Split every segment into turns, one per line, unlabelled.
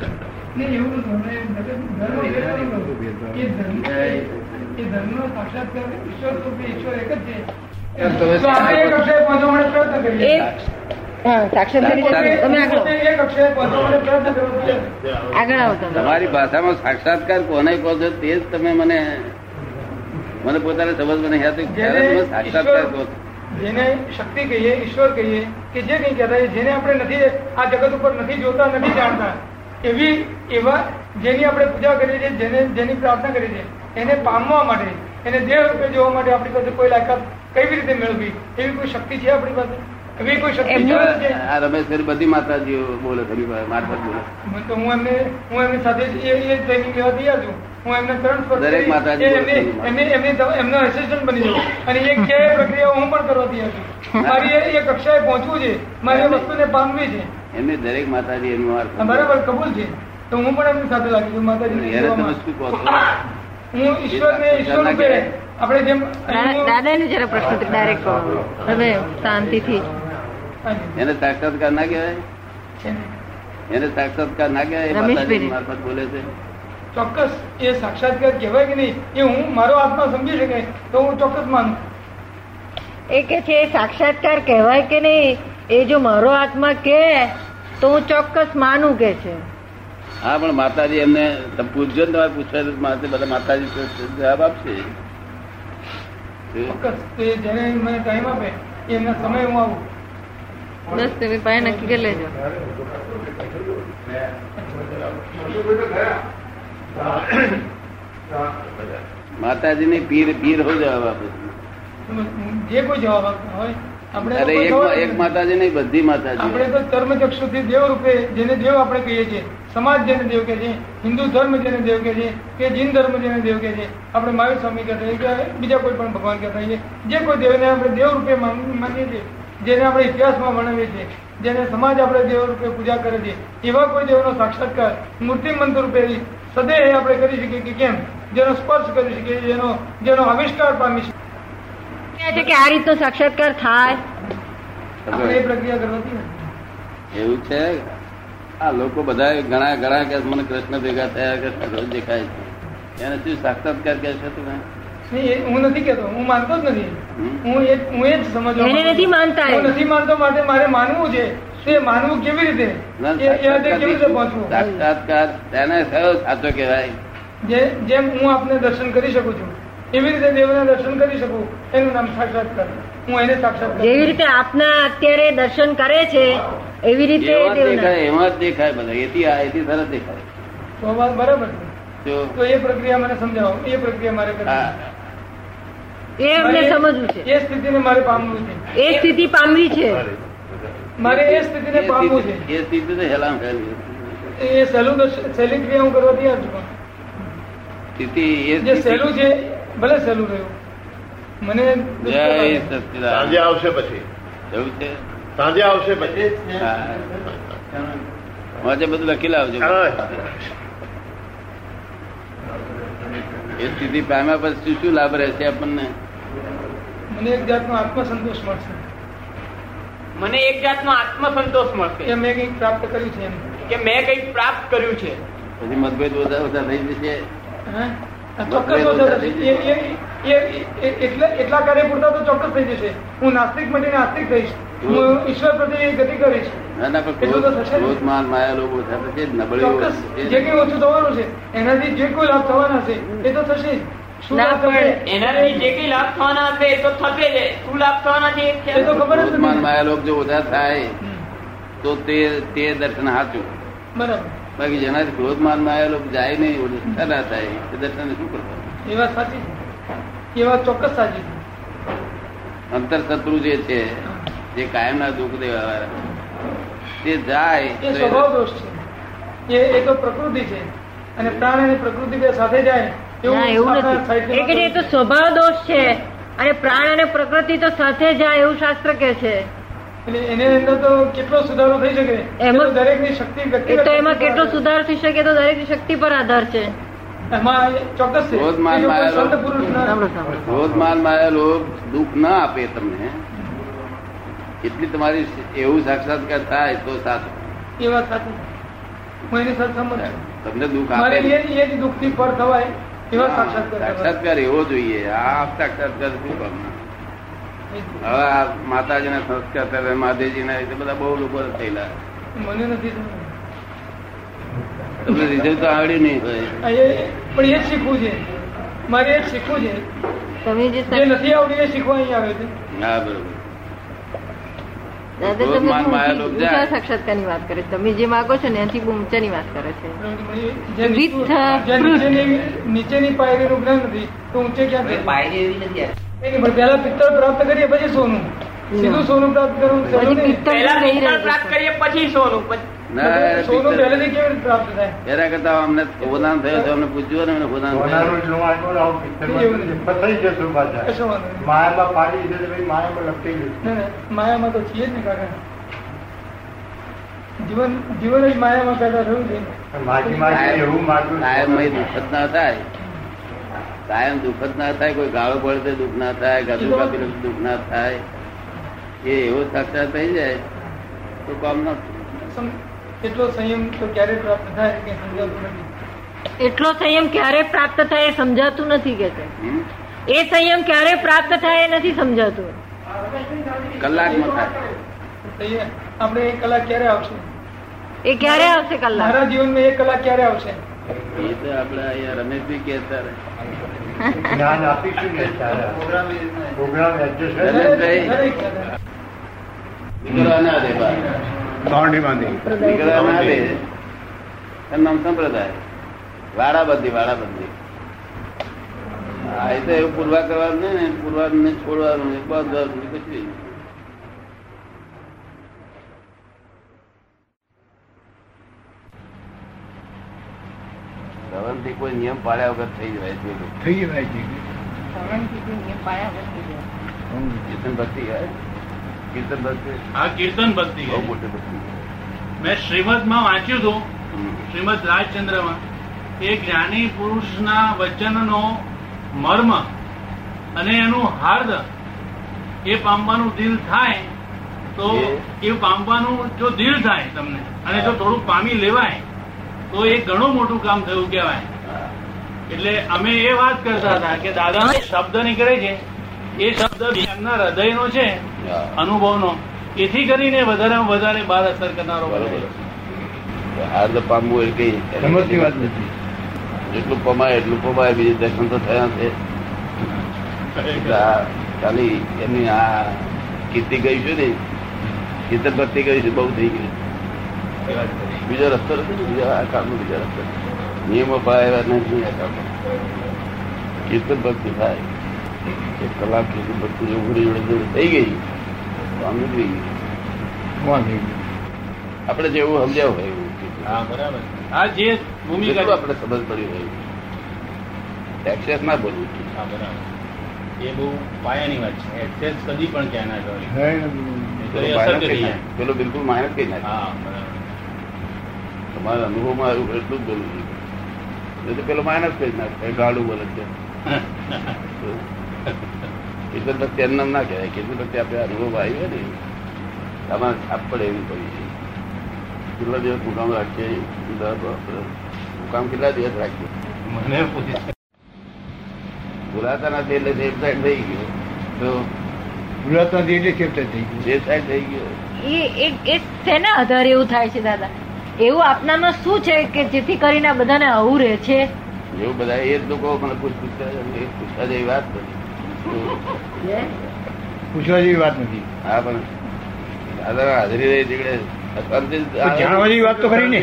નહીં, એવું નતું. હમણાં એમ ધર્મ- ધર્મ ભેદભાવ નતો. એ ધર્મ- એ ધર્મનો સાક્ષાત્કાર ઈશ્વર સ્વરૂપે ઈશ્વર એક જ છે.
એમ તમે-
તો આપણે એક અક્ષરે પહોંચવા માટે પ્રયત્ન કરીએ.
એક હા સાક્ષાત કરી
પોતે-
તમે આગળ આવો.
પોતે એક અક્ષરે પહોંચવા માટે પ્રયત્ન કરવો જોઈએ.
આગળ આવો તમે
તમારી ભાષામાં સાક્ષાત્કાર કોને કહો છો તે જ તમે મને મને પોતાને સમજ મને યાદ
જેને
ક્યારે તમે સાક્ષાત્કાર કહો છો?
જેને શક્તિ કહીએ ઈશ્વર કહીએ કે જે કંઈ કહેતા હોય, જેને આપણે નથી આ જગત ઉપર નથી જોતા નથી જાણતા એવી એવા જેની આપણે પૂજા કરીએ છીએ જેને જેની પ્રાર્થના કરીએ છીએ એને પામવા માટે એને દેહ રૂપે જોવા માટે આપણી પાસે કોઈ લાયકાત કેવી રીતે મેળવી એવી કોઈ શક્તિ છે આપણી પાસે એવી કોઈ શક્તિ
એમનું-
જરૂર છે
આ રમેશભાઈ બધી માતાજીઓ બોલે ખરી વાત, મારફત બોલે
હું તો હું એમને હું એમની સાથે જ એ એ ટ્રેનિંગ લેવા તૈયાર છું હું એમને તરણ સ્પર્શ
દરેક માતાજી
કરી, એ એમની-
બોલતી.
એમની- એમની દવા- એમનો assistant બની જાઉં અને એ કે પ્રક્રિયાઓ હું પણ કરવા તૈયાર છું મારી એ- એ કક્ષાએ પહોંચવું છે મારે એ વસ્તુને પામવી છે
એમની દરેક માતાજી એમનું
અને
મારફત
બરાબર કબૂલ છે તો હું પણ એમની સાથે લાગી છું માતાજીને
યારે તમે
સેવામાં.
શું કહો છો
હું ઈશ્વરને ઈશ્વર રૂપે આપણે જેમ
દાદા-
હું-
દાદાને જરા પ્રશ્ન ડાયરેક્ટ કરો તમે શાંતિથી
હા,
એને સાક્ષાત્કાર ના કહેવાય
છે.
એને સાક્ષાત્કાર ના કહેવાય એ
રમેશભાઈ.
માતાજી મારફત બોલે છે
ચોક્કસ એ સાક્ષાત્કાર કહેવાય કે નહીં એ હું મારો આત્મા સમજી શકે તો હું ચોક્કસ માનું
એ કે છે એ સાક્ષાત્કાર કહેવાય કે નહીં એ જો મારો આત્મા કે તો હું ચોક્કસ માનું કે છે
હા પણ માતાજી એમને તમે પૂછજો ને તમારે પૂછવા તો માતા- બધા માતાજી તો જવાબ આપશે
ચોક્કસ તે જેને મને ટાઈમ આપે એમના સમય હું આવું
બસ તમે પાસે નક્કી કરી લેજો
માતાજીની પીર પીર હો જવાબ આપે છે
જે કોઈ જવાબ આપતો હોય આપણે
અરે
તો કોઈ
એક
જવાબ
મા- એક માતાજી નહીં બધી માતાજી
આપણે તો કર્મચક્ષુથી દેવ રૂપે જેને દેવ આપણે કહીએ છીએ સમાજ જેને દેવ કહે છે હિન્દુ ધર્મ જેને દેવ કહે છે કે જૈન ધર્મ જેને દેવ કહે છે આપણે મહાવીર સ્વામી કહેતા હોઈએ કે બીજા કોઈ પણ ભગવાન કહેતા હોઈએ જે કોઈ દેવને આપણે દેવ રૂપે માન- માનીએ છીએ જેને આપણે ઇતિહાસમાં વર્ણવીએ છીએ જેને સમાજ આપણે દેવ રૂપે પૂજા કરે છે એવા કોઈ દેવનો સાક્ષાત્કાર મૂર્તિમંત રૂપે સદૈવ આપણે કરી શકીએ કે કેમ જેનો સ્પર્શ કરી શકીએ જેનો જેનો આવિષ્કાર પામી શકીએ
કહે છે કે આ રીતનો સાક્ષાત્કાર થાય
આપણે એ પ્રક્રિયા કરવાથી
એવું છે આ લોકો બધા ઘણા ઘણા કે મને કૃષ્ણ ભેગા થયા કૃષ્ણ રોજ દેખાય છે એને શું સાક્ષાત્કાર કહે છે તમે
નહીં એ હું નથી કહેતો હું માનતો જ નથી
હમ?
હું એ હું એ જ સમજવા
એને
માંગુ
નથી
છું.
માનતા એ.
હું નથી માનતો માટે મારે માનવું છે તે માનવું કેવી રીતે
ના,
એ- એ અર્થે કેવી રીતે પહોંચવું
સાક્ષાત્કાર તેને કયો સાચો કહેવાય
જે જેમ હું આપને દર્શન કરી શકું છું એવી રીતે દેવના દર્શન કરી શકું એનું નામ સાક્ષાત્કાર હું એને સાક્ષાત્કાર
જેવી રીતે આપના અત્યારે દર્શન કરે છે એવી રીતે
એવા જ
દેવના
દેખાય એમાં જ દેખાય બધા એથી આ એથી સરસ દેખાય
તો વાત બરાબર છે.
જો
તો એ પ્રક્રિયા મને સમજાવો એ પ્રક્રિયા મારે કરવી
આ
એ અમને
મારે
સમજવું છે
એ સ્થિતિને મારે પામવું છે
એ સ્થિતિ પામવી છે
મારે એ સ્થિતિને પામવું છે
એ સ્થિતિ તો હેલામ હેલી.
એ સહેલું દર્શન- સહેલી ક્રિયા હું કરવા તૈયાર છું
સ્થિતિ એ
જે
સ્થિતિ-
સહેલું છે ભલે સહેલું રહ્યું મને
જય
દુષ્ટ
સાંજે
સચિદાનંદ.
આવશે પછી
એવું છે
સાંજે આવશે પછી
હા. વાંચે બધું લખી લાવજો
હા.
એ સ્થિતિ પામ્યા પછી શું શું લાભ રહેશે આપણને
મને એક જાતનો આત્મસંતોષ મળશે
મને એક જાતનો આત્મસંતોષ
કે
મળશે
મેં કંઈક પ્રાપ્ત કર્યું છે એમ
કે મેં કંઈક પ્રાપ્ત કર્યું છે
પછી મતભેદ ઓછા ઓછા થઈ જશે
હા? આ ચોક્કસ ઓછા થશે. એ- એ- એ- એ- એટલે એટલા કાર્ય પૂરતા તો ચોક્કસ થઈ જશે હું નાસ્તિક બનીને આસ્તિક થઈશ હું ઈશ્વર પ્રત્યે ગતિ કરીશ
ના ના પણ
એટલું તો થશે ને.
ક્રોધ માન માયા લોકો ઓછા થશે જ, નબળી
ચોક્કસ
ઓછી
જે
થશે.
કંઈ ઓછું થવાનું છે એનાથી જે કોઈ લાભ થવાના છે એ તો થશે જ. શું
ના
લાભ થશે
પણ
એનાથી જે કંઈ લાભ થવાના હશે એ તો થશે જ શું લાભ થવાના છે એ
એ તો
ખ્યાલ
ખબર જ
ક્રોધ માન
નથી.
માયા લોક જો ઓછા થાય
હમ.
તો તે તે દર્શન સાચું
બરાબર
બાકી જેનાથી ક્રોધ માન માયા લોક જાય નહીં ઓછા ના થાય એ દર્શન શું કરવાનું
એ વાત સાચી છે એ વાત ચોક્કસ સાચી છે
અંતર શત્રુ જે છે જે કાયમના દુઃખ દેવા વાળા તે જાય
એ
તો એ
સ્વભાવ દોષ છે એ એ તો પ્રકૃતિ છે અને પ્રાણ અને પ્રકૃતિ બે સાથે જાય
ના એવું
આપણા
નથી એ
સાહિત્યમાં
કે એ
કહ્યું
તો
છે.
સ્વભાવ દોષ છે અને પ્રાણ અને પ્રકૃતિ તો સાથે જાય એવું શાસ્ત્ર કે છે
એટલે એની અંદર તો કેટલો સુધારો થઈ શકે
એમાં-
દરેક ની શક્તિ
એ
વ્યક્તિગત
તો એમાં
શક્તિ
કેટલો
પર
સુધાર થઈ શકે તો દરેકની શક્તિ પર આધાર છે
આધારિત. એમાં એ ચોક્કસ છે
ક્રોધ માન
એ લોકો
માયા
સંત
લો-
પુરુષ ના-
સાંભળો સાંભળો
ક્રોધ માન માયા લોક દુઃખ ના આપે તમને એટલી તમારી એવું સાક્ષાત્કાર થાય તો સાચું
એ વાત સાચી હું એની સાથે સંમત છું
તમને દુઃખ
મારે
આપે
એ જ- એ જ દુઃખથી પર થવાય એવા
હા,
સાક્ષાત્કાર કરવા.
સાક્ષાત્કાર એવો જોઈએ આ સાક્ષાત્કાર શું કામના?
એ જ.
હવે આ માતાજીના સંસ્કાર કરે મહાદેવજીના એ બધા બહુ લોકો થયેલા
મને નથી સમજાતું.
તમને રીઝલ્ટ તો આવડ્યું નહીં હોય
આ એ- પણ એ જ શીખવું છે મારે એ જ શીખવું છે
તમે જે
જે
સા-
નથી આવડ્યું એ શીખવા અહીં આવે છે
હા બરોબર
દાદા
ભગવાન
તમે શું
માયાનો
ઊંચી-
ઉપજાર.
ઊંચા સાક્ષાત્કારની વાત કરે છે તમે જે માગો છો ને એનાથી બહુ ઊંચાની વાત કરે છે
જે નીચું-
With, uh,
જે નીચેની નીચેની પાયરીનું જ્ઞાન નથી તો ઊંચે ક્યાં
હવે
જાય?
પાયરી એવી નથી
એ નહીં, પણ પહેલા પિત્તળ પ્રાપ્ત કરીએ પછી સોનું સીધું સોનું પ્રાપ્ત કરવું સહેલું
પછી
નહીં.
પિત્તળ
પહેલા
નહીં
પિત્તળ
રહી
પ્રાપ્ત
જશે.
કરીએ પછી સોનું પછી
ના
સોનું
પિક્ચર-
પહેલેથી કેવી રીતે પ્રાપ્ત થાય
એના કરતા અમને ખોદાન થયો છે અમને પૂછ્યું ને અમને ખોદાન
સોનાનું
થયું
એટલું આટલું લાવું પિક્ચરમાં તો થઈ જશું
એ
પાછા
શું વાંધો નહીં.
માયામાં પાડી છે તો ભાઈ માયામાં લપટી ગયું
ના, ના, માયામાં તો છીએ જ ને કાકા જીવન જીવન જ માયામાં પેદા થયું છે
માગી માગી એવું માગ્યું
કાયમય દુઃખ જ ના થાય કાયમ દુઃખ જ ના થાય કોઈ ગાળો પડે તો દુઃખ ના થાય ગાધું કાપી દુઃખ ના થાય એ એવો સાક્ષાત થઈ જાય તો કામ ના
સમ- એટલો સંયમ તો ક્યારે પ્રાપ્ત થાય કે સમજાતું નથી
એટલો સંયમ ક્યારે પ્રાપ્ત થાય એ સમજાતું નથી કે છે
હમ?
એ સંયમ ક્યારે પ્રાપ્ત થાય એ નથી સમજાતું
કલાકમાં થાય
તૈયાર. આપણે એક કલાક ક્યારે આવશે
એ ક્યારે આવશે કલાક
મારા જીવનમાં એક કલાક ક્યારે આવશે
એ તો આપડે અહીંયા રમેશભાઈ કહેતા રહે.
જ્ઞાન આપીશું ને ત્યારે પ્રોગ્રામ એડજસ્ટ
રમેશભાઈ.
દરેક દાદા.
દીકરા ના દે બા.
દોંડી બાંધી
દીકરા ના દે એમ નામ સંપ્રદાય વાડાબંધી વાડાબંધી હા એ તો એવું પૂરવા કરવાનું નહીં ને પૂરવાનું નહીં છોડવાનું નહીં બંધવાનું નહીં કશું નહીં સવારથી કોઈ નિયમ પાડ્યા વગર થઈ જાય છે
થઈ ગયું ભાઈ
કીર્તન ભક્તિ હે? કીર્તન ભક્તિ
આ કીર્તન ભક્તિ
બહુ મોટી ભક્તિ
મેં શ્રીમદમાં વાંચ્યું હતું
હમ.
શ્રીમદ રાજચંદ્રમાં એ જ્ઞાની પુરુષના વચનનો મર્મ અને એનું હાર્દ એ પામવાનું દિલ થાય તો
એ.
એ પામવાનું જો દિલ થાય તમને અને જો થોડું પામી લેવાય તો એ ઘણું મોટું કામ થયું કહેવાય
હા.
એટલે અમે એ વાત કરતા હતા કે દાદાનો જે શબ્દ નીકળે છે એ શબ્દ એમના હૃદયનો છે
હા.
અનુભવનો એથી કરીને વધારેમાં વધારે બાર અસર કરનારો બને
બરોબર
છે.
હાર્દ પામવું એ કઈ
સમજની વાત નથી
જેટલું પમાય એટલું પમાય બીજું દર્શન તો થયા છે એટલે આ ખાલી એમની આ કીર્તિ ગઈ છે ને કીર્તન ભક્તિ ગઈ છે બહુ થઈ ગયું બીજો રસ્તો નથી ને, બીજા આ કામનો બીજો રસ્તો નથી. નિયમો પાયા એવા નથી આ કામમાં. કીર્તન ભક્તિ થાય એક કલાક કીર્તન ભક્તિ જો ઘોડી જોડે જોડે થઈ ગઈ તો આમ નીકળી ગઈ
વાંધી
આપણે જેવું સમજાવ હોય એવું કીર્તન.
આ જે ભૂમિકા
જેટલું આપણે સમજ પડી હોય એક્સેસ ના બોલવું
એ બહુ પાયાની વાત છે એક્સેસ કદી પણ ક્યાં ના
પેલું
કરે
માયનસ કરી નાખે. પેલું બિલકુલ માયનસ કરી નાખે
હા બરાબર
તમારા અનુભવમાં આવ્યું એટલું જ બોલવું જોઈએ નહીં તો પેલો માયનસ કરી નાખે ગાડું બોલે છે કીર્તન ભક્તિ એમ નામ ના કહેવાય કીર્તન ભક્તિ આપણે અનુભવ આવી હોય ને આમાં છાપ પડે એવી પડી છે કેટલા દિવસ મુકામ રાખીએ દર આપણે મુકામ કેટલા દિવસ રાખીએ
મને પૂછે
ભૂલાતા નથી એટલે સેફ સાઈડ થઈ ગયો તો
ગુજરાત નથી એટલે શિફ્ટ થઈ ગયું
સેફ સાઈડ થઈ ગયો
એ એ- એ શેના આધારે એવું થાય છે દાદા એવું આપનામાં શું છે કે જેથી કરીને આ બધાને આવું રહે છે
એવું બધા એ જ લોકો મને પૂછ પૂછતા એ પૂછતા જેવી વાત નથી તો
પૂછવા જેવી વાત નથી
હા પણ દાદા હાજરી રહી તીકડે અંતિમ-
તો જાણવા જેવી વાત તો ખરી ને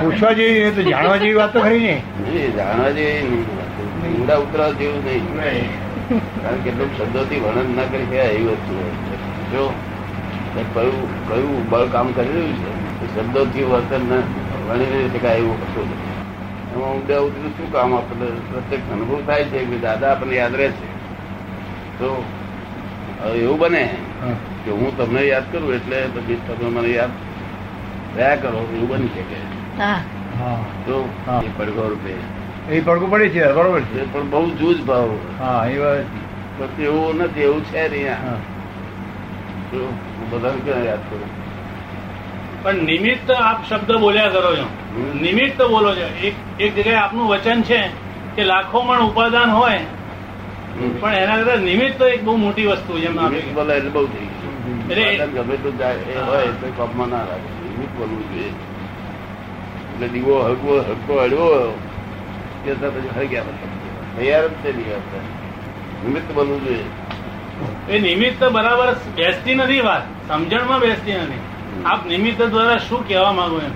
પૂછવા જેવી તો જાણવા જેવી વાત તો ખરી ને
નહીં, જાણવા જેવી નહીં. ઊંડા ઉતરવા જેવું નહીં કારણ કે કેટલુંક શબ્દોથી વર્ણન ના કરી શકાય એવી વસ્તુ હોય છે. જો એ કયું કયું બળ કામ કરી રહ્યું છે એ શબ્દોથી વર્તન ન વર્ણી નહીં શકાય એવું હતું એમાં ઊંડા ઉતરું શું કામ આપણને પ્રત્યક્ષ અનુભવ થાય છે કે દાદા આપણને યાદ રહે છે તો હવે એવું બને
હા.
કે હું તમને યાદ કરું એટલે પછી તમે મને યાદ રહ્યા કરો એવું બની શકે
હા
હા
તો
હા.
એ પડઘો રૂપે
એ પડકું પડે છે બરોબર છે
એ પણ બહુ જૂજ ભાવ
હા એ વાત
પણ એવું નથી એવું છે નહીં આ.
હા.
તો હું બધાને ક્યાં યાદ કરું
પણ નિમિત્ત આપ શબ્દ બોલ્યા કરો છો
હમ.
નિમિત્ત બોલો છો એક એક જગ્યાએ આપનું વચન છે કે લાખો પણ ઉપાદાન હોય
હમ.
પણ એના કરતા નિમિત્ત એક બહુ મોટી વસ્તુ જેમ આપે
નિમિત્ત બોલે એટલે બહુ થઈ ગયું
એટલે
પાટણ ગમે તો જાય એ હોય તો કામમાં ના લાગે એવું જ બોલવું જોઈએ એટલે દીવો હળવો હળવો હળવો કે તો પછી હળગ્યા બધા. તૈયાર જ છે દીવા બધા. નિમિત્ત બોલવું જોઈએ
એ નિમિત્ત બરાબર બેસતી નથી વાત સમજણમાં બેસતી નથી આપ નિમિત્ત દ્વારા શું કહેવા માંગો એમ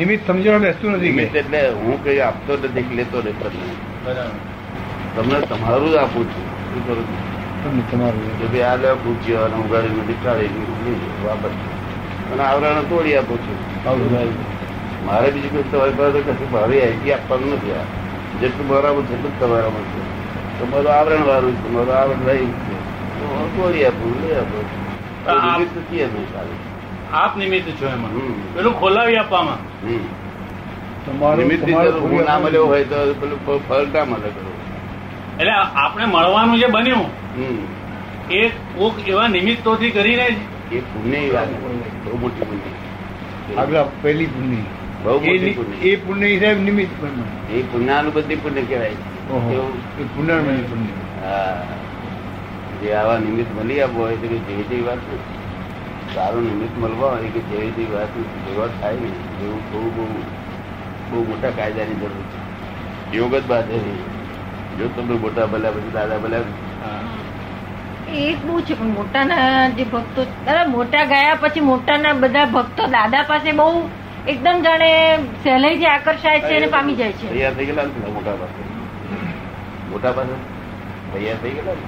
નિમિત્ત સમજણ બેસતું નથી
નિમિત્ત
કે
એટલે હું કઈ આપતો નથી કે લેતો નથી તમને.
બરાબર
તમને તમારું જ આપું છું શું કરું છું?
તમને તમારું
કે ભાઈ આ લે ભૂખી અને ઉગાડી નથી કાઢી વાપર અને આવરણ તોડી આપું છું
આવડું.
મારે બીજું કોઈ તમારી પાસે કશું ભારે આઈટી આપવાનું નથી આ જેટલું બરાબર છે એટલું જ તમારામાં છે તમારું આવરણ વાળું છે મારું આવરણ રહી છે તો હું તોડી આપું લઈ આપું
પણ આપ-
નિમિત્ત છીએ અમે સારું.
આપ નિમિત્ત છો એમાં
હમ.
પેલું ખોલાવી આપવામાં
હમ.
તમારું
નિમિત્તની
તમારું
જરૂર હું ના મળ્યો હોય તો પેલું ફ- ફળ ના મળે પેલું.
એટલે આપણે મળવાનું જે બન્યું
હમ
એ કોક એવા નિમિત્તોથી કરીને જ
એ પુણ્યની વાત છે. બહુ મોટી પુણ્ય
આગલા પહેલી પુણ્ય
બહુ
એ
મોટી
નિ-
પુણ્ય
એ પુણ્ય સાહેબ નિમિત્ત પુણ્ય
એ પુણ્યાનુબંધી પુણ્ય કહેવાય
ઓહો.
એવું
એ પુનર્મય પુણ્ય
હા. જે આવા નિમિત્ત મળી આપવો હોય તો કે જેવી તેવી વાત નથી સારું નિમિત્ત મળવા હોય કે જેવી તેવી વાત નથી જેવા થાય ને એવું બહુ બહુ બહુ મોટા કાયદાની જરૂર છે યોગ જ બાધે નહીં જો તમને મોટા ભલા પછી દાદા ભલા
એ બહુ છે પણ મોટાના જે ભક્તો દાદા મોટા ગયા પછી મોટાના બધા ભક્તો દાદા પાસે બહુ એકદમ જાણે સહેલાઈથી આકર્ષાય છે અને પામી જાય છે
તૈયાર થઈ ગયેલા ને પેલા મોટા પાસે મોટા પાસે તૈયાર થઈ ગયેલા ને?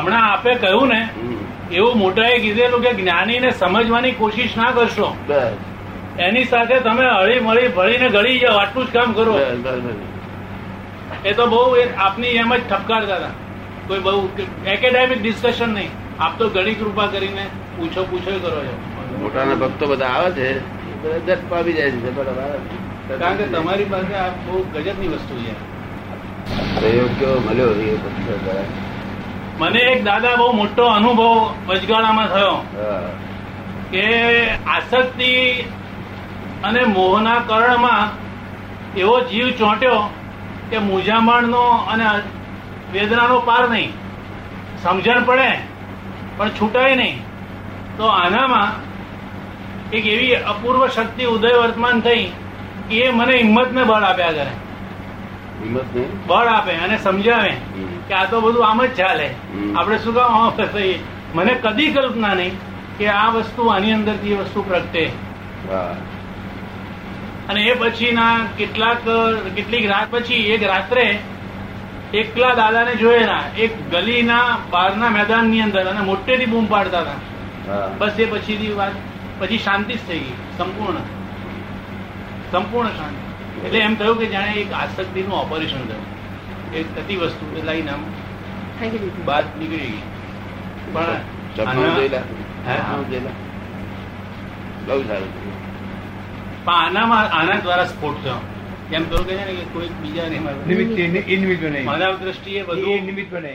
હમણાં આપે કહ્યું ને
હમ.
એવું મોટાએ કીધેલું કે જ્ઞાનીને સમજવાની કોશિશ ના કરશો
બસ
એની સાથે તમે હળી મળી ભળીને ગળી જાઓ આટલું જ કામ કરો
બસ બસ બસ
એ તો બહુ એ આપની એમ જ ઠપકારતા હતા કોઈ બહુ એકેડેમિક ડિસ્કશન નહીં આપ તો ઘણી કૃપા કરીને પૂછો પૂછો ય કરો છો
મોટાના ભક્તો બધા આવે છે એ બધા જટ પામી જાય છે બરાબર
કારણ કે તમારી પાસે આ બહુ ગજબની વસ્તુ છે
પ્રયોગ કેવો મળ્યો એ ભક્તો દ્વારા.
મને એક દાદા બહુ મોટો અનુભવ વચગાળામાં થયો
હા.
કે આસક્તિ અને મોહના કરણમાં એવો જીવ ચોંટ્યો કે મૂંઝામણનો અને વેદનાનો પાર નહીં સમજણ પડે પણ છૂટાય નહીં તો આનામાં એક એવી અપૂર્વ શક્તિ ઉદય વર્તમાન થઈ એ મને હિંમતને બળ આપ્યા કરે
હિંમત નહીં
બળ આપે અને સમજાવે
હમ.
કે આ તો બધું આમ જ ચાલે
હમ.
આપણે શું કામ આમ ફસાઈએ મને કદી કલ્પના નહીં કે આ વસ્તુ આની અંદરથી એ વસ્તુ પ્રગટે
હા.
અને એ પછીના કેટલાક કેટલીક રાત પછી એક રાત્રે એકલા દાદાને જોયેલા એક ગલીના બહારના મેદાનની અંદર અને મોટેથી બૂમ પાડતા હતા
હા.
બસ એ પછીની વાત પછી શાંતિ જ થઈ ગઈ સંપૂર્ણ સંપૂર્ણ શાંતિ એટલે એમ થયું કે જાણે એક આસક્તિનું ઓપરેશન થયું એક થતી વસ્તુ એટલે અહીં આમ
થઈ ગયું
બહાર નીકળી ગઈ પણ
સપનામાં
આના-
જોયેલા?
હે?
સપનામાં જોયેલા? બહુ સારું થયું.
પણ આનામાં આના દ્વારા સ્ફોટ થયો એમ કહ્યું કે છે ને કે કોઈક બીજાને
નિમિત્ત એ નિ- એ નિમિત્ત બને
માનવ દ્રષ્ટિએ
એ
બધું
નિમિત્ત બને